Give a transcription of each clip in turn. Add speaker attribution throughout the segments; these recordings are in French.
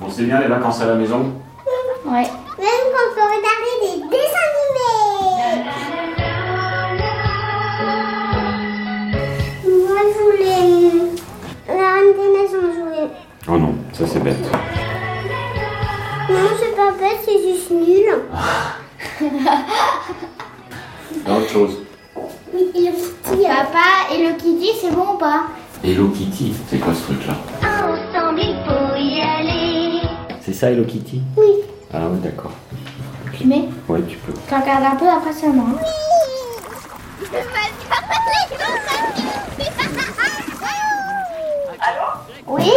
Speaker 1: Bon, c'est bien les vacances à la maison
Speaker 2: Ouais.
Speaker 3: Même qu'on peut regarder des dessins animés. Moi, je voulais. La Reine des Neiges, on jouait.
Speaker 1: Oh non, ça c'est bête.
Speaker 3: Non, c'est pas bête, c'est juste nul.
Speaker 1: Dans autre chose.
Speaker 3: Oui, et le petit. euh,
Speaker 2: Papa, et le Kitty, c'est bon ou pas
Speaker 1: Hello Kitty, c'est quoi ce truc-là
Speaker 3: Ensemble, il faut y aller.
Speaker 1: C'est ça Hello Kitty
Speaker 3: Oui.
Speaker 1: Ah oui, d'accord.
Speaker 2: Fumé
Speaker 1: Ouais, tu peux.
Speaker 2: Tu regardes un peu, après hein. c'est à moi.
Speaker 3: hein. Oui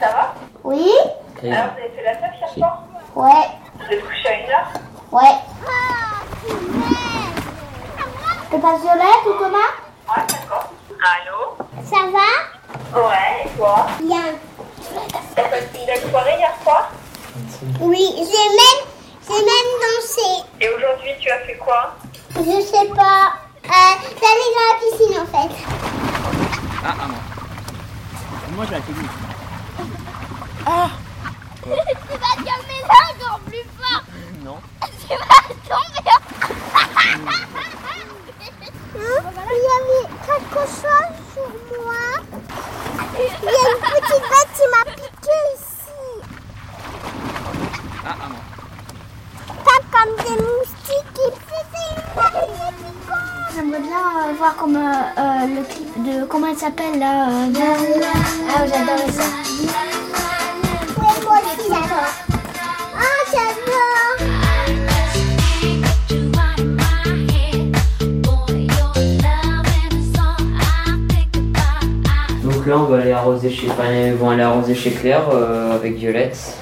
Speaker 4: Ça va
Speaker 3: Oui
Speaker 4: Alors, Ah, vous avez fait la fête hier soir
Speaker 3: Ouais.
Speaker 4: Vous êtes couché à une heure
Speaker 3: Ouais. Oh, T'es pas
Speaker 2: hein,
Speaker 3: violette ou comment
Speaker 4: Ouais, d'accord. Allô
Speaker 3: Ça va
Speaker 4: Ouais, et toi
Speaker 3: Bien.
Speaker 4: T'as passé une belle soirée hier soir
Speaker 3: Oui, j'ai même, j'ai même
Speaker 4: Et aujourd'hui, tu as fait quoi
Speaker 3: dansé. Je sais pas. Euh, T'allais dans la piscine en fait.
Speaker 5: Ah, Moi, je la technique.
Speaker 3: Tu vas calmer Ah. là encore plus fort.
Speaker 5: Non.
Speaker 3: Tu vas tomber. Il y a mis quelque chose sur moi. Il y a une petite bête qui m'a piqué ici.
Speaker 5: Ah, ah, non.
Speaker 3: Pas comme des moustiques qui piquent.
Speaker 2: J'aimerais bien euh, voir comment euh, euh, le clip de comment elle s'appelle là. euh, Ah, j'adore ça.
Speaker 3: Oui, moi aussi j'adore. Ah, j'adore.
Speaker 6: Donc là, on va aller arroser chez, enfin, ils vont aller arroser chez Claire euh, avec Violette.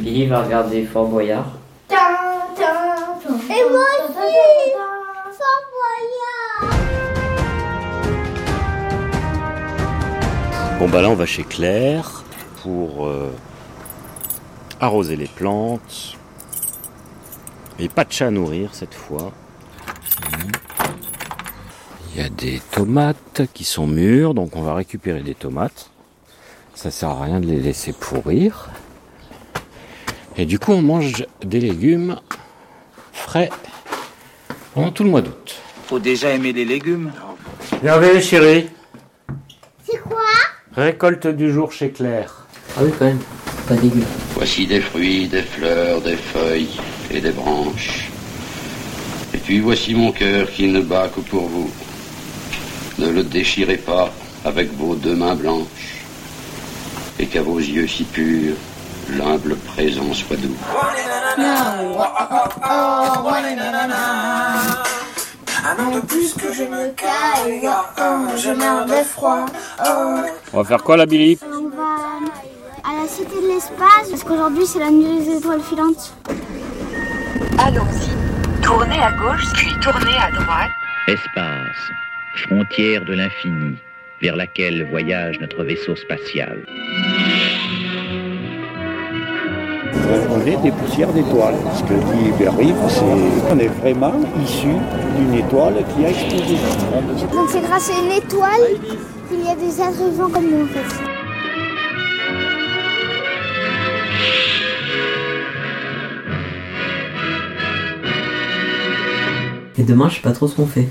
Speaker 6: Billy va regarder Fort Boyard.
Speaker 3: Et moi aussi Sans moyen
Speaker 7: Bon bah là on va chez Claire pour euh, arroser les plantes. Et pas de chat à nourrir cette fois. Il y a des tomates qui sont mûres, donc on va récupérer des tomates. Ça sert à rien de les laisser pourrir. Et du coup on mange des légumes frais pendant tout le mois d'août.
Speaker 5: Faut déjà aimer les légumes.
Speaker 7: Bienvenue chérie,
Speaker 3: C'est quoi
Speaker 7: récolte du jour chez Claire.
Speaker 6: Ah oui, quand même. Pas dégueu.
Speaker 8: Voici des fruits, des fleurs, des feuilles et des branches. Et puis voici mon cœur qui ne bat que pour vous. Ne le déchirez pas avec vos deux mains blanches. Et qu'à vos yeux si purs, l'humble présent soit doux.
Speaker 7: On va faire quoi la Billy
Speaker 2: On va à la Cité de l'Espace parce qu'aujourd'hui c'est la nuit des étoiles filantes.
Speaker 9: Allons-y. Tournez à gauche, puis tournez à droite.
Speaker 10: Espace, frontière de l'infini, vers laquelle voyage notre vaisseau spatial.
Speaker 11: On est des poussières d'étoiles. Ce que dit Berry, c'est qu'on est vraiment issu d'une étoile qui a explosé.
Speaker 2: Donc c'est grâce à une étoile qu'il y a des êtres vivants comme nous en fait.
Speaker 6: Et demain, je sais pas trop ce qu'on fait.